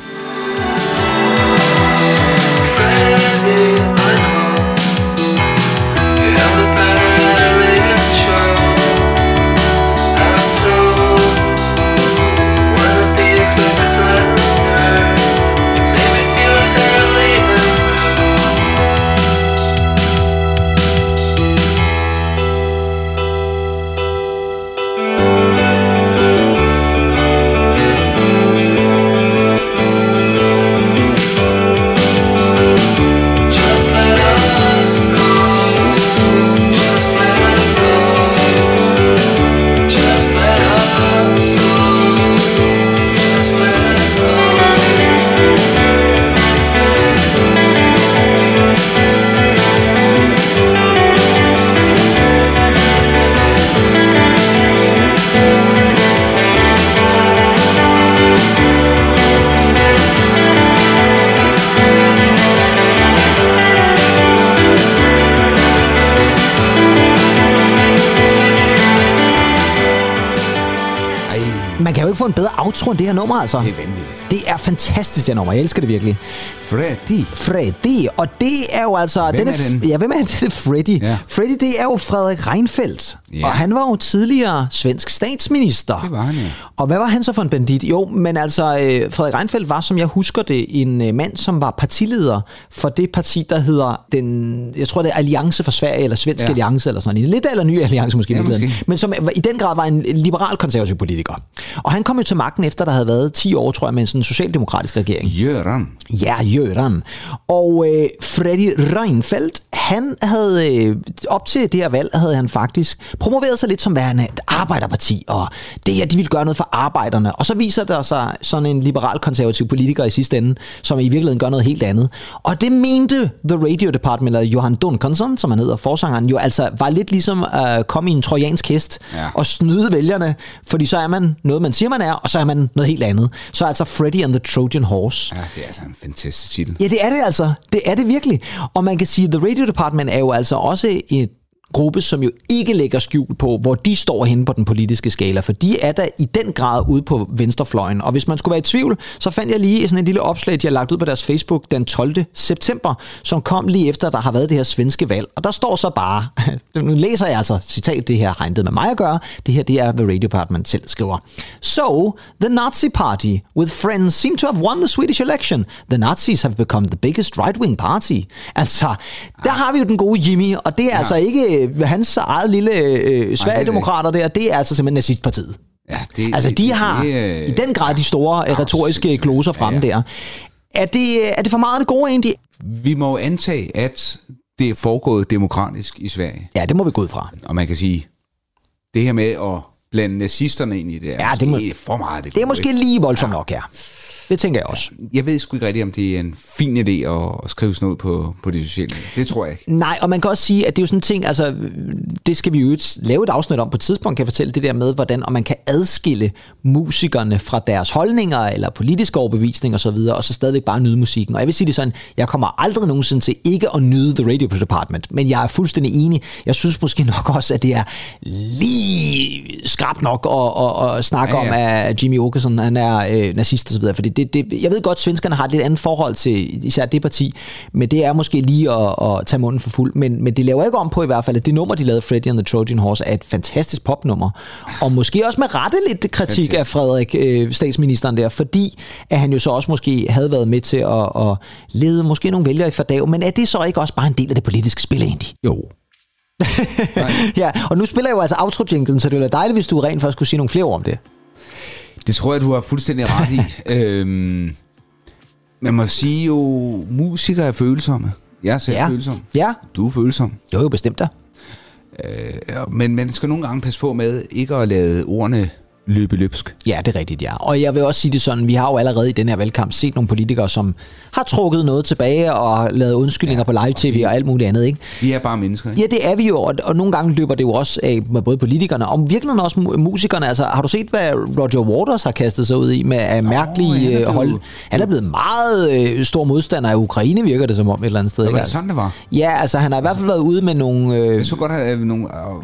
[SPEAKER 8] Just let us go. Just let us go. Just let us go. Just let us go.
[SPEAKER 3] Ej,
[SPEAKER 2] Man kan jo ikke få en bedre outro end det her nummer, altså.
[SPEAKER 3] det er vanvittigt.
[SPEAKER 2] Det er fantastisk, det her nummer. Jeg elsker det virkelig.
[SPEAKER 3] Freddy.
[SPEAKER 2] Freddy, og det er jo altså...
[SPEAKER 3] Hvem
[SPEAKER 2] den
[SPEAKER 3] er den?
[SPEAKER 2] Ja, hvem er den? Det er Freddy.
[SPEAKER 3] Ja.
[SPEAKER 2] Freddy, det er jo Frederik Reinfeldt.
[SPEAKER 3] Ja.
[SPEAKER 2] Og han var jo tidligere svensk statsminister.
[SPEAKER 3] Det var han, ja.
[SPEAKER 2] Og hvad var han så for en bandit? Jo, men altså, øh, Frederik Reinfeldt var, som jeg husker det, en øh, mand, som var partileder for det parti, der hedder den, jeg tror det er Alliance for Sverige, eller Svensk ja.
[SPEAKER 3] Ja.
[SPEAKER 2] Alliance, eller sådan noget. Lidt eller ny alliance måske,
[SPEAKER 3] Ja,
[SPEAKER 2] ja, måske.
[SPEAKER 3] måske.
[SPEAKER 2] men som i den grad var en liberal-konservativ politiker. Og han kom jo til magten efter, der havde været 10 år, tror jeg, med en sådan socialdemokratisk regering.
[SPEAKER 3] Jørgen.
[SPEAKER 2] Ja, Jørgen. Og øh, Freddy Reinfeldt, han havde, øh, op til det her valg, havde han faktisk promoveret sig lidt som værende et arbejderparti, og det her, de ville gøre noget for arbejderne. Og så viser der sig sådan en liberal-konservativ politiker i sidste ende, som i virkeligheden gør noget helt andet. Og det mente The Radio Department, eller Johan Duncanson, som han hedder, forsangeren, jo altså var lidt ligesom at øh, komme i en trojansk hest
[SPEAKER 3] Ja.
[SPEAKER 2] og snyde vælgerne, fordi så er man noget, man siger, man er, og så er man noget helt andet. Så altså Freddy and the Trojan Horse.
[SPEAKER 3] Ja, det er altså en fantastisk titel.
[SPEAKER 2] Ja, det er det altså. Det er det virkelig. Og man kan sige, at The Radio Department er jo altså også et gruppe, som jo ikke lægger skjul på, hvor de står henne på den politiske skala, for de er da i den grad ude på venstrefløjen. Og hvis man skulle være i tvivl, så fandt jeg lige sådan en lille opslag, de har lagt ud på deres Facebook den 12. september, som kom lige efter, at der har været det her svenske valg. Og der står så bare, nu læser jeg altså, citat, det her har intet med mig at gøre, det her det er, hvad Radio Department selv skriver. So, the Nazi Party with friends seem to have won the Swedish election. The Nazis have become the biggest right-wing party. Altså, der har vi jo den gode Jimmy, og det er ja. altså ikke øh, hans eget lille øh, sverigedemokrater der, det er altså simpelthen nazistpartiet.
[SPEAKER 3] Ja, det,
[SPEAKER 2] Altså, de har
[SPEAKER 3] øh,
[SPEAKER 2] i den grad de store
[SPEAKER 3] er
[SPEAKER 2] ja,
[SPEAKER 3] jo
[SPEAKER 2] retoriske
[SPEAKER 3] sindssygt.
[SPEAKER 2] gloser fremme
[SPEAKER 3] Ja,
[SPEAKER 2] ja, ja. der. Er det, øh, er det for meget af det gode egentlig?
[SPEAKER 3] Vi må jo antage, at det er foregået demokratisk i Sverige.
[SPEAKER 2] Ja, det må vi gå ud fra.
[SPEAKER 3] Og man kan sige, det her med at blande nazisterne ind i det, er
[SPEAKER 2] Ja, det må-
[SPEAKER 3] måske for meget. Det,
[SPEAKER 2] Det er
[SPEAKER 3] gode,
[SPEAKER 2] måske
[SPEAKER 3] ikke?
[SPEAKER 2] lige voldsomt ja. nok her. Det tænker jeg også.
[SPEAKER 3] Jeg ved sgu ikke rigtigt, om det er en fin idé at, at skrive sådan noget på, på de sociale medier. Det tror jeg ikke.
[SPEAKER 2] Nej, og man kan også sige, at det er jo sådan en ting, altså, det skal vi jo et- lave et afsnit om på et tidspunkt, kan jeg fortælle det der med, hvordan og man kan adskille musikerne fra deres holdninger eller politiske overbevisning osv., videre, og så stadigvæk bare nyde musikken. Og jeg vil sige det sådan, jeg kommer aldrig nogensinde til ikke at nyde The Radio Department, men jeg er fuldstændig enig. Jeg synes måske nok også, at det er lige skrab nok at, at, at snakke
[SPEAKER 3] Ja,
[SPEAKER 2] ja, ja.
[SPEAKER 3] ja.
[SPEAKER 2] om, at Jimmy Åkesson han er øh, nazist og så videre. Fordi det, det, jeg ved godt, at svenskerne har et lidt andet forhold til især det parti, men det er måske lige at, at tage munden for fuld. Men, men det laver ikke om på i hvert fald, at det nummer, de lavede, Freddy and the Trojan Horse, er et fantastisk popnummer. Og måske også med rette lidt kritik af
[SPEAKER 3] Fantastisk.
[SPEAKER 2] Frederik, øh, statsministeren der, fordi at han jo så også måske havde været med til at, at lede måske nogle vælgere i fordav, men er det så ikke også bare en del af det politiske spil egentlig?
[SPEAKER 3] Jo.
[SPEAKER 2] Ja, og nu spiller jeg jo altså outro jinglen, så det ville være dejligt, hvis du rent faktisk kunne sige nogle flere ord om det.
[SPEAKER 3] Det tror jeg, du har fuldstændig ret i. øhm, man må sige jo, musikere er følsomme. Jeg er selv
[SPEAKER 2] Ja.
[SPEAKER 3] følsom.
[SPEAKER 2] Ja.
[SPEAKER 3] Du er følsom.
[SPEAKER 2] Jo, jo bestemt da.
[SPEAKER 3] Ja, men man skal nogle gange passe på med ikke at lade ordene løbe løbsk.
[SPEAKER 2] Ja, det er rigtigt, ja. Og jeg vil også sige det sådan, vi har jo allerede i den her valgkamp set nogle politikere, som har trukket noget tilbage og har lavet undskyldninger ja, på live-tv og alt muligt andet, ikke?
[SPEAKER 3] Vi er bare mennesker. Ikke?
[SPEAKER 2] Ja, det er vi jo, og, og nogle gange løber det jo også af med både politikerne og virkelig også mu- musikerne. Altså, har du set, hvad Roger Waters har kastet sig ud i med af
[SPEAKER 3] han er
[SPEAKER 2] mærkelige
[SPEAKER 3] blevet-
[SPEAKER 2] øh, hold? Han er blevet meget øh, stor modstander af Ukraine, virker det som om et eller andet sted.
[SPEAKER 3] Ja,
[SPEAKER 2] ikke?
[SPEAKER 3] var det sådan, det var?
[SPEAKER 2] Ja, altså han har i hvert fald været ude med nogle... Øh,
[SPEAKER 3] Jeg så godt have øh, nogle øh,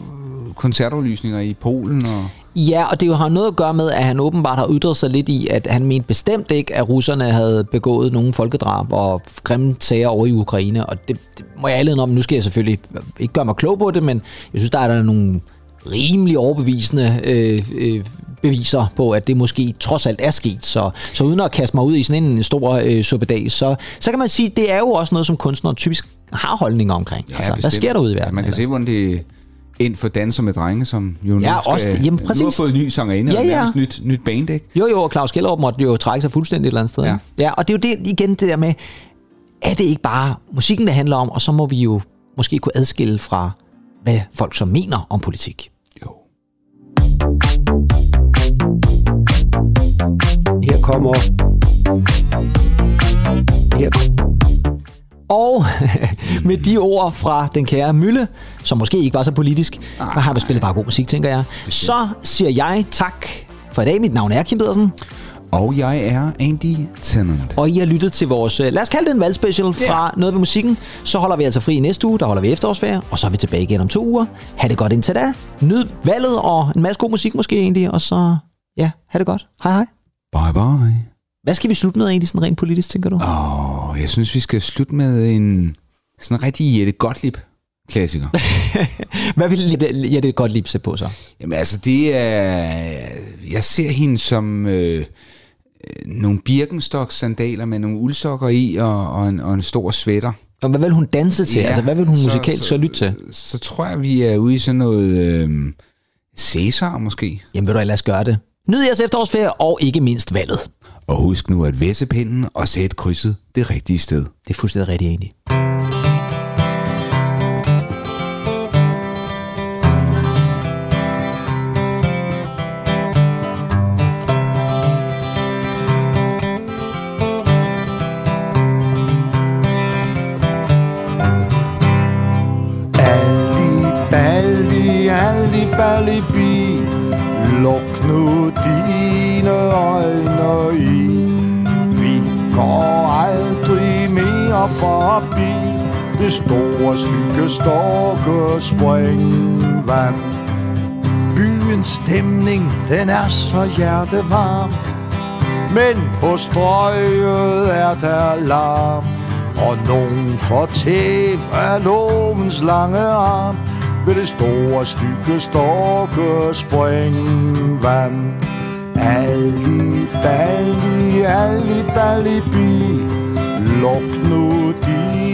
[SPEAKER 3] koncertaflysninger i Polen. Og...
[SPEAKER 2] Ja, og det jo har noget at gøre med, at han åbenbart har ytret sig lidt i, at han mente bestemt ikke, at russerne havde begået nogen folkedrab og grimme sager over i Ukraine. Og det, det må jeg alle om. Nu skal jeg selvfølgelig ikke gøre mig klog på det, men jeg synes, der er der nogle rimelig overbevisende øh, øh, beviser på, at det måske trods alt er sket. Så, så uden at kaste mig ud i sådan en stor øh, suppedag, så, så kan man sige, det er jo også noget, som kunstnere typisk har holdninger omkring. Ja, altså, hvad
[SPEAKER 3] bestemt.
[SPEAKER 2] sker der ude i verden?
[SPEAKER 3] Ja, man kan
[SPEAKER 2] eller?
[SPEAKER 3] se, hvordan det er ind for danser med drenge, som jo nu,
[SPEAKER 2] Ja,
[SPEAKER 3] skal,
[SPEAKER 2] også det. Jamen,
[SPEAKER 3] nu har
[SPEAKER 2] præcis.
[SPEAKER 3] fået en ny sangerinde
[SPEAKER 2] Ja,
[SPEAKER 3] og
[SPEAKER 2] ja.
[SPEAKER 3] nærmest nyt, nyt band, ikke?
[SPEAKER 2] Jo, jo, og Claus Kjellerup måtte jo trække sig fuldstændig et eller andet sted.
[SPEAKER 3] Ja.
[SPEAKER 2] Ja. ja, og det er jo det, igen det der med, er det ikke bare musikken, det handler om, og så må vi jo måske kunne adskille fra, hvad folk så mener om politik.
[SPEAKER 3] Jo.
[SPEAKER 9] Her kommer... Her,
[SPEAKER 2] Og med de ord fra den kære Mølle, som måske ikke var så politisk,
[SPEAKER 9] Ah.
[SPEAKER 2] men har vel spillet bare god musik, tænker jeg, så siger jeg tak for i dag. Mit navn er Kim Pedersen,
[SPEAKER 3] Og jeg er Andy Tennant.
[SPEAKER 2] og I har lyttet til vores, øh, lad os kalde det en valgspecial fra Noget ved Musikken. Så holder vi altså fri i næste uge, der holder vi efterårsferie, og så er vi tilbage igen om to uger. Ha' det godt indtil da. Nyd valget og en masse god musik måske egentlig, og så ja, ha' det godt. Hej hej.
[SPEAKER 3] Bye bye.
[SPEAKER 2] Hvad skal vi slutte med egentlig sådan rent politisk, tænker du?
[SPEAKER 3] Og jeg synes, vi skal slutte med en sådan rigtig Jette Gottlieb-klassiker.
[SPEAKER 2] Hvad vil Jette- Jette godt lige se på så?
[SPEAKER 3] Jamen altså, det er... Jeg ser hende som øh, øh, nogle Birkenstock-sandaler med nogle uldsokker i og, og, en, og en stor sweater.
[SPEAKER 2] Og hvad vil hun danse til? Ja, altså, hvad vil hun musikalt så, så lytte til?
[SPEAKER 3] Så tror jeg, vi er ude i sådan noget... Øh, Cæsar måske.
[SPEAKER 2] Jamen, vil du ellers gøre det? Nyd jeres efterårsferie, og ikke mindst valget.
[SPEAKER 3] Og husk nu at væsse pinden og sætte krydset det rigtige sted.
[SPEAKER 2] Det er fuldstændig rigtigt egentlig.
[SPEAKER 9] Alli, balli, alli, balli, bi Luk nu dine øjne i Vi går aldrig mere forbi det store stykke storke springvand. Byens stemning, den er så hjertevarm, men på strøget er der larm. Og nogen får tæv af lovens lange arm Ved det store stykke storke springvand Alli, balli, alli, balli, bi Luk nu din